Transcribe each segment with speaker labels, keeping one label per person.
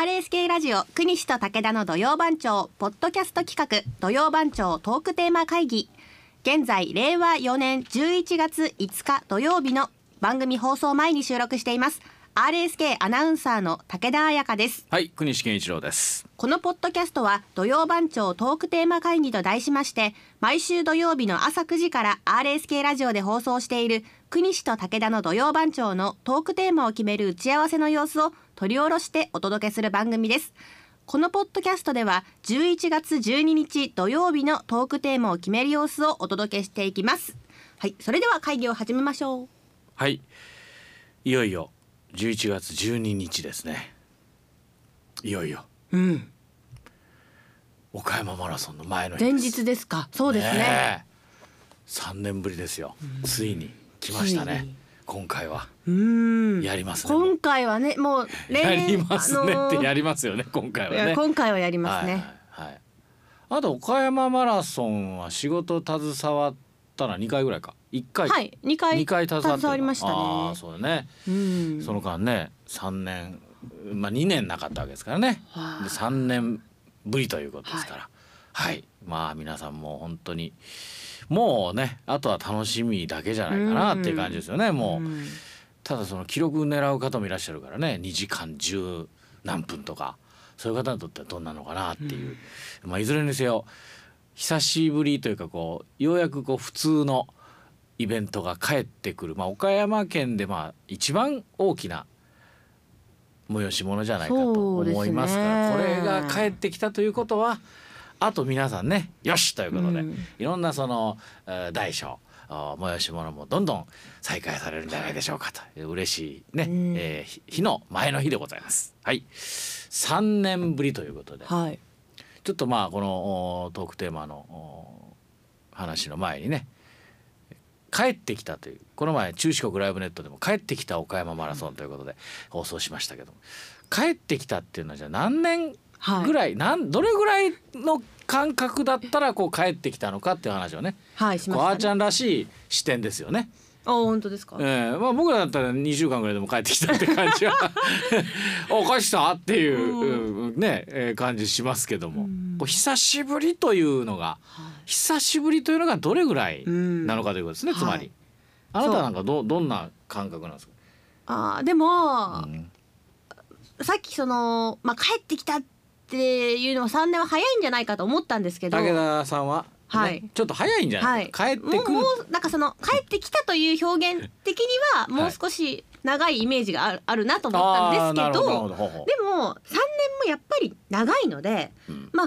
Speaker 1: RSK ラジオ国西と武田の土曜番長ポッドキャスト企画土曜番長トークテーマ会議現在令和4年11月5日土曜日の番組放送前に収録しています RSK アナウンサーの武田彩香です
Speaker 2: はい、国西健一郎です。
Speaker 1: このポッドキャストは土曜番長トークテーマ会議と題しまして毎週土曜日の朝9時から RSK ラジオで放送している国西と武田の土曜番長のトークテーマを決める打ち合わせの様子を取り下ろしてお届けする番組ですこのポッドキャストでは11月12日土曜日のトークテーマを決める様子をお届けしていきますはい、それでは会議を始めましょう
Speaker 2: はい、いよいよ11月12日ですね。いよいよ
Speaker 1: うん、
Speaker 2: 岡山マラソンの前の日
Speaker 1: 前
Speaker 2: です
Speaker 1: 日ですかそうですね
Speaker 2: え三年ぶりですよ。ついに来まし
Speaker 1: つ
Speaker 2: た
Speaker 1: い
Speaker 2: ね
Speaker 1: に。
Speaker 2: 今回は
Speaker 1: うん
Speaker 2: やりますね。も
Speaker 1: 今
Speaker 2: う
Speaker 1: 回はねもう例
Speaker 2: や
Speaker 1: 年
Speaker 2: りますね
Speaker 1: あの
Speaker 2: っ
Speaker 1: ー
Speaker 2: てやりますよね。今回はい
Speaker 1: や
Speaker 2: ね。
Speaker 1: 今回はやりますね、
Speaker 2: はい。はい。あと岡山マラソンは仕事携わったら二回ぐらいか。一回。
Speaker 1: はい、二回
Speaker 2: 二回携わってる
Speaker 1: 携わりましたね
Speaker 2: ああ、そうだね。
Speaker 1: うん
Speaker 2: その間ね3年まあ2年なかったわけですからね
Speaker 1: はい
Speaker 2: で3年ぶりということですからはい、まあ皆さんも本当にもうねあとは楽しみだけじゃないかなっていう感じですよねもう
Speaker 1: うん
Speaker 2: ただその記録狙う方もいらっしゃるからね2時間10何分とかそういう方にとってはどんなのかなっていう、まあ、いずれにせよ久しぶりというかこうようやくこう普通のイベントが帰ってくる、まあ、岡山県でまあ一番大きな催し物じゃないかと
Speaker 1: そうですね
Speaker 2: 思いますからこれが帰ってきたということはあと皆さんねよしということで、
Speaker 1: うん
Speaker 2: いろんなそのえー大小あー催し物もどんどん再開されるんじゃないでしょうかという嬉しいね、
Speaker 1: うん
Speaker 2: えーひ日の前の日でございます。はい、3年ぶりということで
Speaker 1: はい
Speaker 2: ちょっとまあこのおートークテーマのおー話の前にね帰ってきたというこの前中四国ライブネットでも帰ってきた岡山マラソンということで放送しましたけども帰ってきたっていうのはじゃあ何年
Speaker 1: はい
Speaker 2: ぐらい、なんどれぐらいの感覚だったらこう帰ってきたのかっていう話をね
Speaker 1: はいしま
Speaker 2: こう
Speaker 1: し
Speaker 2: あ
Speaker 1: た、
Speaker 2: ー
Speaker 1: ね、
Speaker 2: ちゃんらしい視点ですよね。
Speaker 1: あ本当ですか、
Speaker 2: ええまあ僕らだったら2週間ぐらいでも帰ってきたって感 じはおかしさっていう、うんね、えー感じしますけど
Speaker 1: う
Speaker 2: も、
Speaker 1: ん
Speaker 2: こう久しぶりというのが
Speaker 1: は
Speaker 2: 久しぶりというのがどれぐらい
Speaker 1: い、うん
Speaker 2: なのかということですね、
Speaker 1: うん
Speaker 2: つま
Speaker 1: は
Speaker 2: り
Speaker 1: い。
Speaker 2: あなたなんかどどんな感覚なんですか、
Speaker 1: あーでも、
Speaker 2: うん
Speaker 1: さっきそのまあ帰ってきたっていうのは三年は早いんじゃないかと思ったんですけど
Speaker 2: 武田さんは、ね
Speaker 1: はい
Speaker 2: ちょっと早いんじゃ
Speaker 1: は
Speaker 2: ないい、か帰って
Speaker 1: もう
Speaker 2: くる
Speaker 1: もうなんかその帰ってきたという表現的にはもう少し長いイメージがあるあるなと思ったんですけ
Speaker 2: あー
Speaker 1: ど,、
Speaker 2: なるほどなるほどほうほう
Speaker 1: でも3年もやっぱり長いので
Speaker 2: うん
Speaker 1: まあ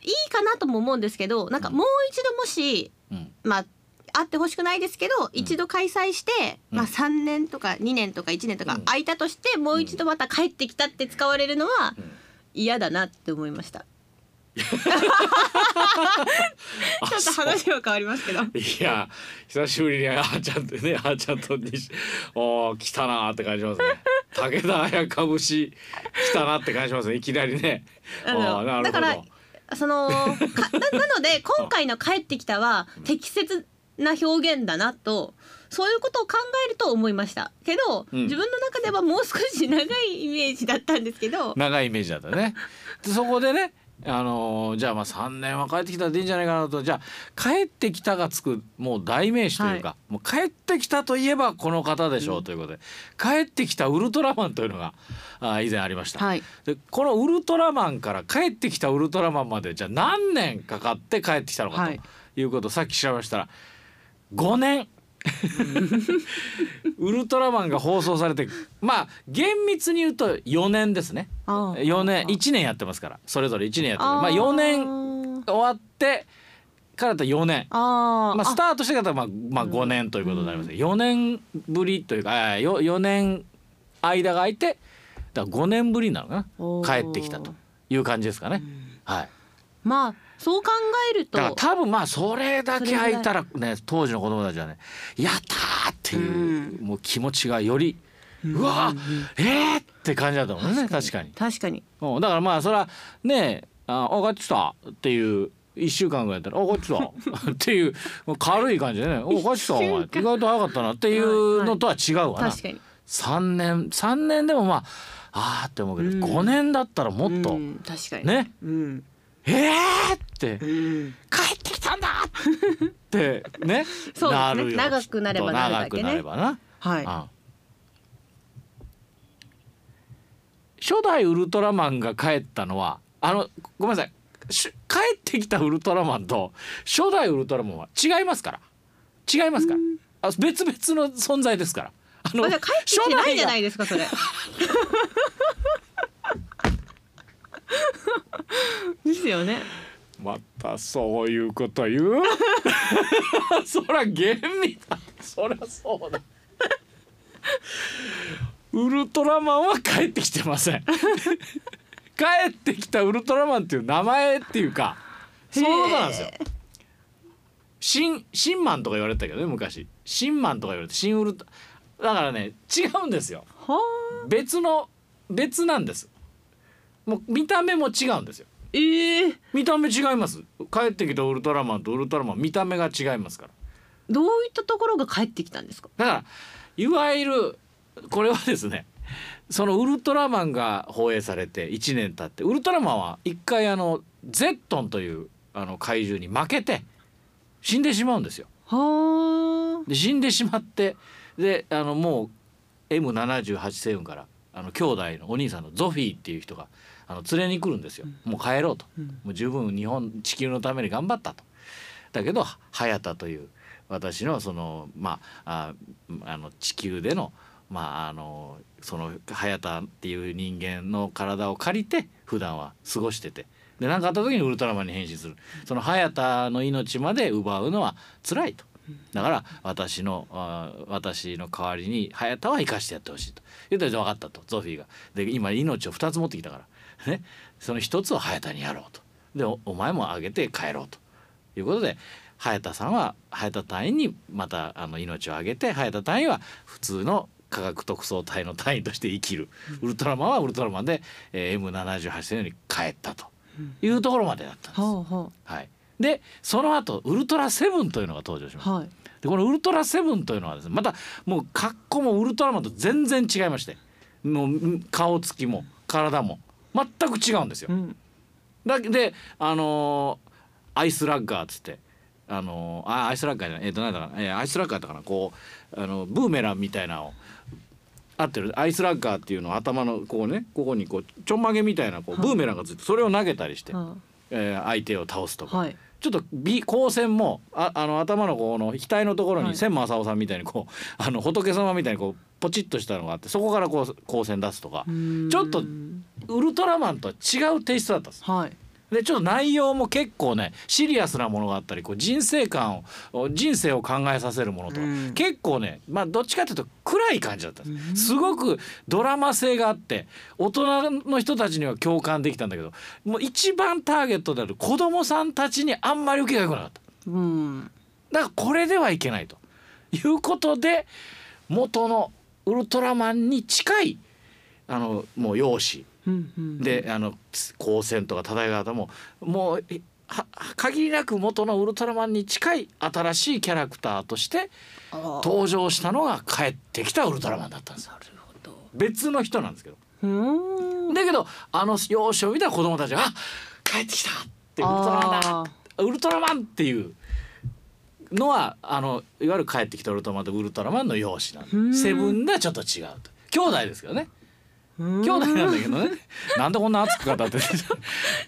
Speaker 1: いいかなとも思うんですけどなんかもう一度もし、
Speaker 2: うん
Speaker 1: まああってほしくないですけど一度開催して、
Speaker 2: うん
Speaker 1: まあ、3年とか2年とか1年と
Speaker 2: う
Speaker 1: か
Speaker 2: ん
Speaker 1: 空いたとして、もう一度また帰ってきたって使われるのは
Speaker 2: うん
Speaker 1: 嫌だなって思いました。ちょっと話は変わります けど。
Speaker 2: いや久しぶりにあーちゃんとねあーちゃんとにし おー来たなーって感じますね武田綾香節来たなって感じますねいきなりね
Speaker 1: あの
Speaker 2: あーなる
Speaker 1: だ
Speaker 2: ほど
Speaker 1: からそのかななので今回の「帰ってきた」は適切な表現だなとそういうことを考えると思いましたけど、
Speaker 2: うん
Speaker 1: 自分の中ではもう少し長いイメージだったんですけど
Speaker 2: 長いイメージだったねでそこでねあのーじゃあまあ3年は帰ってきたらでいいんじゃないかなとじゃあ帰ってきたがつくもう代名詞というか、もう帰ってきたといえばこの方でしょうということで、帰ってきたウルトラマンというのがあー以前ありました、
Speaker 1: はい
Speaker 2: でこのウルトラマンから帰ってきたウルトラマンまでじゃあ何年かかって帰ってきたのか
Speaker 1: はい
Speaker 2: ということをさっき調べましたら5年 ウルトラマンが放送されてまあ厳密に言うと4年ですね
Speaker 1: あー
Speaker 2: 4年1年やってますからそれぞれ1年やってる
Speaker 1: あー
Speaker 2: まあ4年終わってからだと4年
Speaker 1: あー、
Speaker 2: まあ、ス
Speaker 1: あ
Speaker 2: タートしてからまあ、まあ、5年ということになりますね、4年ぶりというかあよ4年間が空いてだから5年ぶりなのか
Speaker 1: お
Speaker 2: な
Speaker 1: ー
Speaker 2: 帰ってきたという感じですかね、はい
Speaker 1: まあそう考えると
Speaker 2: だから多分まあそれだけ空いたらね当時の子供たちはね「やった!」っていう、もう気持ちがより「うわーえー!」って感じだと思うね確かに。
Speaker 1: 確かに
Speaker 2: うん、だからまあそれはねあ「あ帰ってきた」っていう1週間ぐらいだったら「あ帰ってき た」っていうもう軽い感じでね「お帰ってきたお前意
Speaker 1: 一週間
Speaker 2: 外と早かったな」っていうのとは違うわな、
Speaker 1: 確かに
Speaker 2: 3年3年でもまああーって思うけど、
Speaker 3: うん
Speaker 2: 5年だったらもっと、
Speaker 3: うん確かに
Speaker 2: ね
Speaker 3: うん
Speaker 2: えーって
Speaker 3: うん
Speaker 2: 帰ってきたんだってね
Speaker 1: そうですね
Speaker 2: なるよ
Speaker 1: 長くなればなるだけね
Speaker 2: 長くなればな、
Speaker 3: はい
Speaker 2: あ初代ウルトラマンが帰ったのはあのごめんなさいし帰ってきたウルトラマンと初代ウルトラマンは違いますから違いますからあ別々の存在ですからあ
Speaker 3: まだ帰ってきてないじゃないですかそ れですよね
Speaker 2: またそういうこと言う そら厳密だそりゃそうだウルトラマンは帰ってきてません 帰ってきたウルトラマンっていう名前っていうかそういうことなんですよ新新マンとか言われてたけどね昔新マンとか言われて新ウルトだからね違うんですよ
Speaker 3: はあ
Speaker 2: 別の別なんですもう見た目も違うんですよ
Speaker 3: ええ
Speaker 2: 見た目違います帰ってきたウルトラマンとウルトラマン見た目が違いますから
Speaker 3: どういったところが帰ってきたんですか
Speaker 2: だからいわゆるこれはですねそのウルトラマンが放映されて1年経ってウルトラマンは一回あのゼットンというあの怪獣に負けて死んでしまうんですよ。
Speaker 3: はあ
Speaker 2: で死んでしまってであのもう M78 星雲からあの兄弟のお兄さんのゾフィーっていう人があの連れに来るんですよ、もう帰ろうと、
Speaker 3: うん
Speaker 2: もう十分日本地球のために頑張ったとだけどは早田という私のそのまあああの地球でのまああのその早田っていう人間の体を借りて普段は過ごしててで何かあった時にウルトラマンに変身するその早田の命まで奪うのは辛いとだから私のあー私の代わりに早田は生かしてやってほしいと言ったら分かったとゾフィーがで今命を2つ持ってきたから、ね、その1つを早田にやろうとでおお前もあげて帰ろうということで早田さんは早田隊員にまたあの命をあげて早田隊員は普通の科学特捜隊の隊員として生きる、ウルトラマンはウルトラマンで、えー M78 星に帰ったというところまでだったんです。
Speaker 3: は
Speaker 2: はい、でその後ウルトラセブンというのが登場し
Speaker 3: あ
Speaker 2: ます。
Speaker 3: はい
Speaker 2: でこのウルトラセブンというのはですねまたもう格好もウルトラマンと全然違いましてもうん顔つきも体も全く違うんですよ
Speaker 3: う。ん
Speaker 2: だであのーアイスラッガーっつって。あのーあアイスラッガーじゃないえっ、となんだかな、えーアイスラッガーだからこうあのブーメランみたいなのを合ってるアイスラッガーっていうのを頭のこうねここにこうちょんまげみたいなこう
Speaker 3: はい
Speaker 2: ブーメランがついてそれを投げたりして、
Speaker 3: は
Speaker 2: えー相手を倒すと
Speaker 3: あ
Speaker 2: か、
Speaker 3: はい
Speaker 2: ちょっと美光線もああの頭のこの額のところ
Speaker 3: はい
Speaker 2: に千正夫さんみたいにこう、あの仏様みたいにこうポチッとしたのがあってそこからこう光線出すとか
Speaker 3: う、ーん
Speaker 2: ちょっとウルトラマンとは違うテイストだったんです。
Speaker 3: はい
Speaker 2: でちょっと内容も結構ねシリアスなものがあったりこう人生観を人生を考えさせるものとか、
Speaker 3: うん
Speaker 2: 結構ねまあどっちかというと暗い感じだったんです、
Speaker 3: うん
Speaker 2: すごくドラマ性があって大人の人たちには共感できたんだけどもう一番ターゲットである子供さんたちにあんまり受けが良くなかった
Speaker 3: うん
Speaker 2: だからこれではいけないということで元のウルトラマンに近いあのもう容姿
Speaker 3: うんうん
Speaker 2: であの光線とか漂い方ももうえは限りなく元のウルトラマンに近い新しいキャラクターとして
Speaker 3: ああ
Speaker 2: 登場したのが帰ってきたウルトラマンだったんですよ
Speaker 3: なるほど
Speaker 2: 別の人なんですけど
Speaker 3: うーん
Speaker 2: だけどあの容姿を見た子供たちがあ「帰ってきた!」ってウルトラマンだ
Speaker 3: あ
Speaker 2: ウルトラマンっていうのはあのいわゆる帰ってきたウルトラマンとウルトラマンの容姿な
Speaker 3: うんん
Speaker 2: でセブンではちょっと違うと兄弟ですけどね
Speaker 3: ーうーん
Speaker 2: 兄弟なんだ けどねなんでこんな熱く語ってる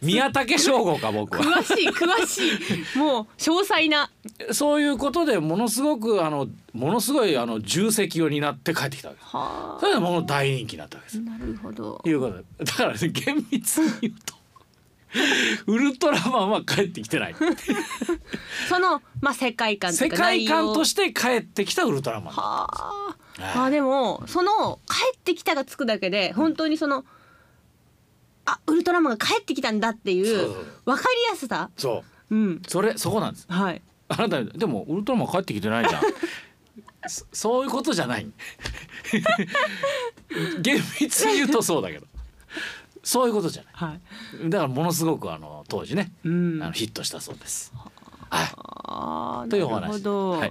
Speaker 2: 宮武省吾か僕は
Speaker 3: 詳しい詳しいもう詳細な
Speaker 2: そういうことでものすごくあのものすごいあの重責を担って帰ってきたわけです
Speaker 3: は
Speaker 2: それでもの大人気になったわけです
Speaker 3: あなるほど
Speaker 2: いうことでだから、ね、厳密に言うとウルトラマンは帰ってきてない
Speaker 3: そのまあ世界観と
Speaker 2: 世
Speaker 3: いうか内
Speaker 2: 界
Speaker 3: 容
Speaker 2: 観として帰ってきたウルトラマン
Speaker 3: はあ
Speaker 2: はい
Speaker 3: まあでもその「帰ってきた」がつくだけで本当にその「あウルトラマンが帰ってきたんだ」ってい
Speaker 2: そうう
Speaker 3: 分かりやすさ
Speaker 2: そう
Speaker 3: うん
Speaker 2: それそこなんです
Speaker 3: はい
Speaker 2: あなたでもウルトラマン帰ってきてないじゃんそそういうことじゃない 厳密に言うとそうだけどそういうことじゃな
Speaker 3: はい
Speaker 2: いだからものすごくあの当時ね、
Speaker 3: うん
Speaker 2: あのヒットしたそうですはい
Speaker 3: あー
Speaker 2: というお
Speaker 3: なるほ
Speaker 2: 話
Speaker 3: ど、
Speaker 2: はい、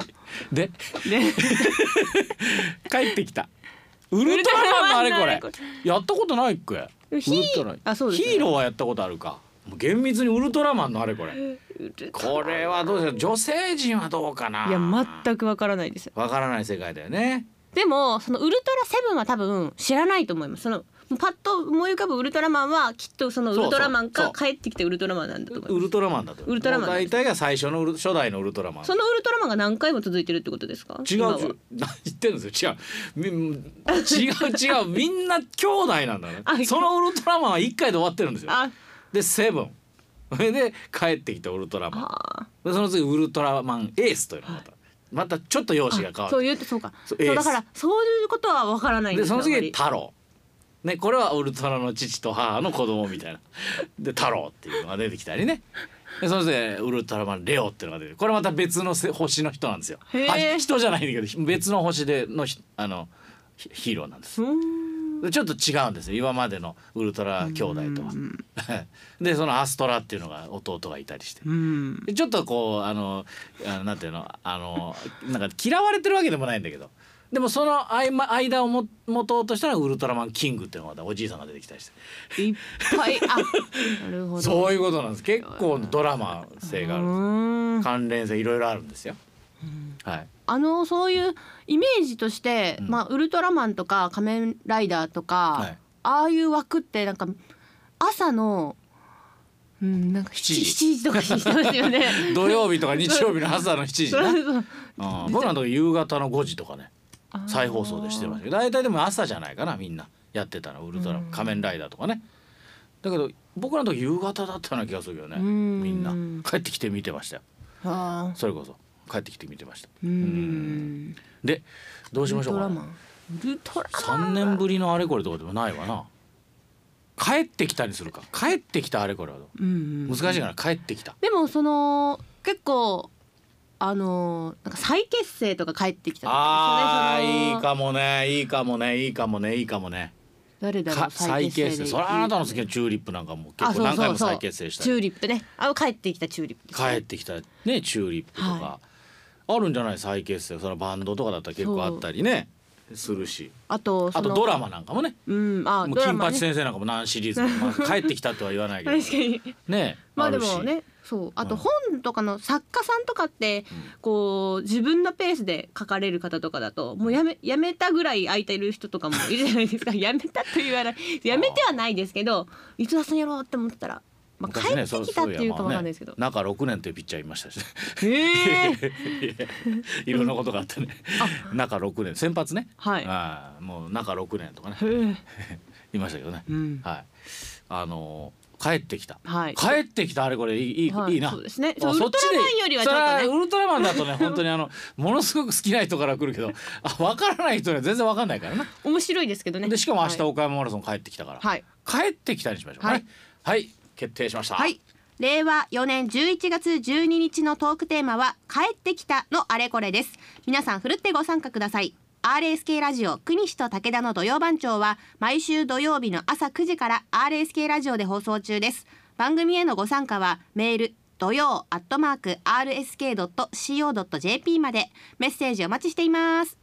Speaker 2: で
Speaker 3: で
Speaker 2: 帰ってきたウルトラマンのあれこ
Speaker 1: ウルトラマンのあれこ
Speaker 2: れやったことないっけ
Speaker 1: れ
Speaker 2: ウルトラ
Speaker 1: あそうですね
Speaker 2: ヒーローはやったことあるかもう厳密にウルトラマンのあれこれこれはどうですか女性陣はどうかないい
Speaker 1: や全くわからないです
Speaker 2: わからない世界だよね
Speaker 1: でもそのウルトラセブンは多分知らないと思いますそのパッと思い浮かぶウルトラマンはきっとそのウルトラマン
Speaker 2: そ
Speaker 1: か
Speaker 2: う
Speaker 1: 帰ってきてウルトラマンなんだと思い
Speaker 2: ウ
Speaker 1: ます
Speaker 2: ルトラマンだと
Speaker 1: ウルトラマン
Speaker 2: もう大体が最初のウル初代のウルトラマン
Speaker 1: そのウルトラマンが何回も続いてるってことですか
Speaker 2: 違う
Speaker 1: 今は
Speaker 2: 違う何言ってるんですよ違うみ違う違うみんな兄弟なんだ
Speaker 1: あ
Speaker 2: ねそのウルトラマンは1回で終わってるんですよ
Speaker 1: あ
Speaker 2: でセブンそれで帰ってきたウルトラマン
Speaker 1: あ
Speaker 2: でその次ウルトラマンエースというのがまた、またちょっと容姿が変わ
Speaker 1: そう
Speaker 2: る
Speaker 1: 言うとそうか
Speaker 2: そ
Speaker 1: そう
Speaker 2: エー
Speaker 1: う
Speaker 2: ス
Speaker 1: だからそういうことはわからないん
Speaker 2: で
Speaker 1: です
Speaker 2: その
Speaker 1: あま
Speaker 2: 次
Speaker 1: り
Speaker 2: 太郎ねこれはウルトラの父と母の子供み たいなで太郎っていうのが出てきたりねでそしてウルトラマンレオっていうのが出てこれまた別のせ星の人なんですよ
Speaker 1: へー
Speaker 2: あ人じゃないんだけど別の星でのひあのヒヒーローなんです
Speaker 1: うーん
Speaker 2: でちょっと違うんですよ今までのウルトラ兄弟とは でそのアストラっていうのが弟がいたりして
Speaker 1: うん
Speaker 2: ちょっとこうあのあなんていうのあのなんか嫌われてるわけでもないんだけどでもその合間間をも持とうとしたらウルトラマンキングっていうのがまたおじいさんが出てきたりして
Speaker 1: いっぱい あなるほどう
Speaker 2: そういうことなんです結構ドラマ性があるんで
Speaker 1: ーん
Speaker 2: す関連性いろいろあるんですよ。はい、
Speaker 1: あのそういうイメージとして、
Speaker 2: うん
Speaker 1: まあウルトラマンとか仮面ライダーとか、
Speaker 2: はい
Speaker 1: ああいう枠ってなんか朝のうんなんか
Speaker 2: 7
Speaker 1: 7
Speaker 2: 時
Speaker 1: 時 ,7 時とかにしてます よね。
Speaker 2: 土曜日とか日曜日の朝の7時
Speaker 1: そ
Speaker 2: な、
Speaker 1: うそう
Speaker 2: うん、僕らのとこ夕方の5時とかね
Speaker 1: あー
Speaker 2: 再放送でしてましたけど大体でも朝じゃないかなみんなやってたのウルトラ、
Speaker 1: うん
Speaker 2: 仮面ライダーとかねだけど僕らの時夕方だったような気がするよね
Speaker 1: うん
Speaker 2: みんな帰ってきて見てましたよ
Speaker 1: あー
Speaker 2: それこそ帰ってきて見てました
Speaker 1: うーん
Speaker 2: でどうし
Speaker 1: ウ
Speaker 2: ま
Speaker 1: ル
Speaker 2: しょ
Speaker 1: ト
Speaker 2: うか
Speaker 1: ラ
Speaker 2: ね
Speaker 1: マンウルトラマ
Speaker 2: 3
Speaker 1: ン
Speaker 2: 年ぶりのあれこれとかでもないわな帰ってきたにするか帰ってきたあれこれはど
Speaker 1: う
Speaker 2: う
Speaker 1: んうん
Speaker 2: 難しいから帰ってきた
Speaker 1: でもその結構あのなんか再結成とか帰ってきたと
Speaker 2: あ
Speaker 1: かですよねそ
Speaker 2: ーい
Speaker 1: の
Speaker 2: いかもねいいかもねいいかもねいいかもね
Speaker 1: 誰だろ
Speaker 2: か
Speaker 1: う
Speaker 2: 再結成それはあなたの好きなチューリップなんかも結構何回も再結成したり
Speaker 1: チューリップねあの帰ってきたチューリップですね、
Speaker 2: 帰ってきたねチューリップとか、
Speaker 1: は
Speaker 2: あるんじゃない再結成そのバンドとかだったら結構あったりねするし
Speaker 1: あと
Speaker 2: あ
Speaker 1: その
Speaker 2: とドラマなんかもね
Speaker 1: うんあ
Speaker 2: も
Speaker 1: ド
Speaker 2: う
Speaker 1: ラ
Speaker 2: 金
Speaker 1: マ
Speaker 2: 八
Speaker 1: ね
Speaker 2: 先生なんかも何シリーズも、ま あ、帰ってきたとは言わないけど
Speaker 1: 確かに
Speaker 2: ね
Speaker 1: まあで
Speaker 2: るし
Speaker 1: もねそうあ
Speaker 2: う
Speaker 1: と
Speaker 2: ん
Speaker 1: 本とかの作家さんとかってこう自分のペースで書かれる方とかだともうやめやめたぐらい空いてる人とかもいるじゃない ですかやめたと言わないやめてはないですけどいつ出すんやろうって思ってたら、まあ、帰
Speaker 2: 昔
Speaker 1: って
Speaker 2: ねそう
Speaker 1: きたっていうかわか
Speaker 2: そやまあ
Speaker 1: んない
Speaker 2: ね
Speaker 1: ですけど、
Speaker 2: 中6年というピッチャーいまし たし、ね、
Speaker 1: へえ
Speaker 2: いろんなことがあってね中6年先発ね、
Speaker 1: はい
Speaker 2: ああもう中6年とかね
Speaker 1: へえ
Speaker 2: いましたけどね、
Speaker 1: うん
Speaker 2: はいあのー帰ってきた、
Speaker 1: はい
Speaker 2: 帰ってきたあれこれいいいい,、
Speaker 1: はい
Speaker 2: いな
Speaker 1: そうですね
Speaker 2: あ
Speaker 1: そう
Speaker 2: そっちで
Speaker 1: ウルトラマンよりはちょっとね
Speaker 2: それはウルトラマンだとね本当にあの ものすごく好きな人から来るけどあ分からない人には全然分かんないからな
Speaker 1: 面白いですけどね
Speaker 2: でしかも明日
Speaker 1: はい
Speaker 2: 岡山マラソン帰ってきたから、
Speaker 1: はい
Speaker 2: 帰ってきたにしましょうかねはい、決定しました
Speaker 4: はい令和4年11月12日のトークテーマは「帰ってきた」のあれこれです皆さんふるってご参加ください RSK ラジオ国西と武田の土曜番長は毎週土曜日の朝9時から RSK ラジオで放送中です番組へのご参加はメール土曜アットマーク RSK.CO.JP までメッセージお待ちしています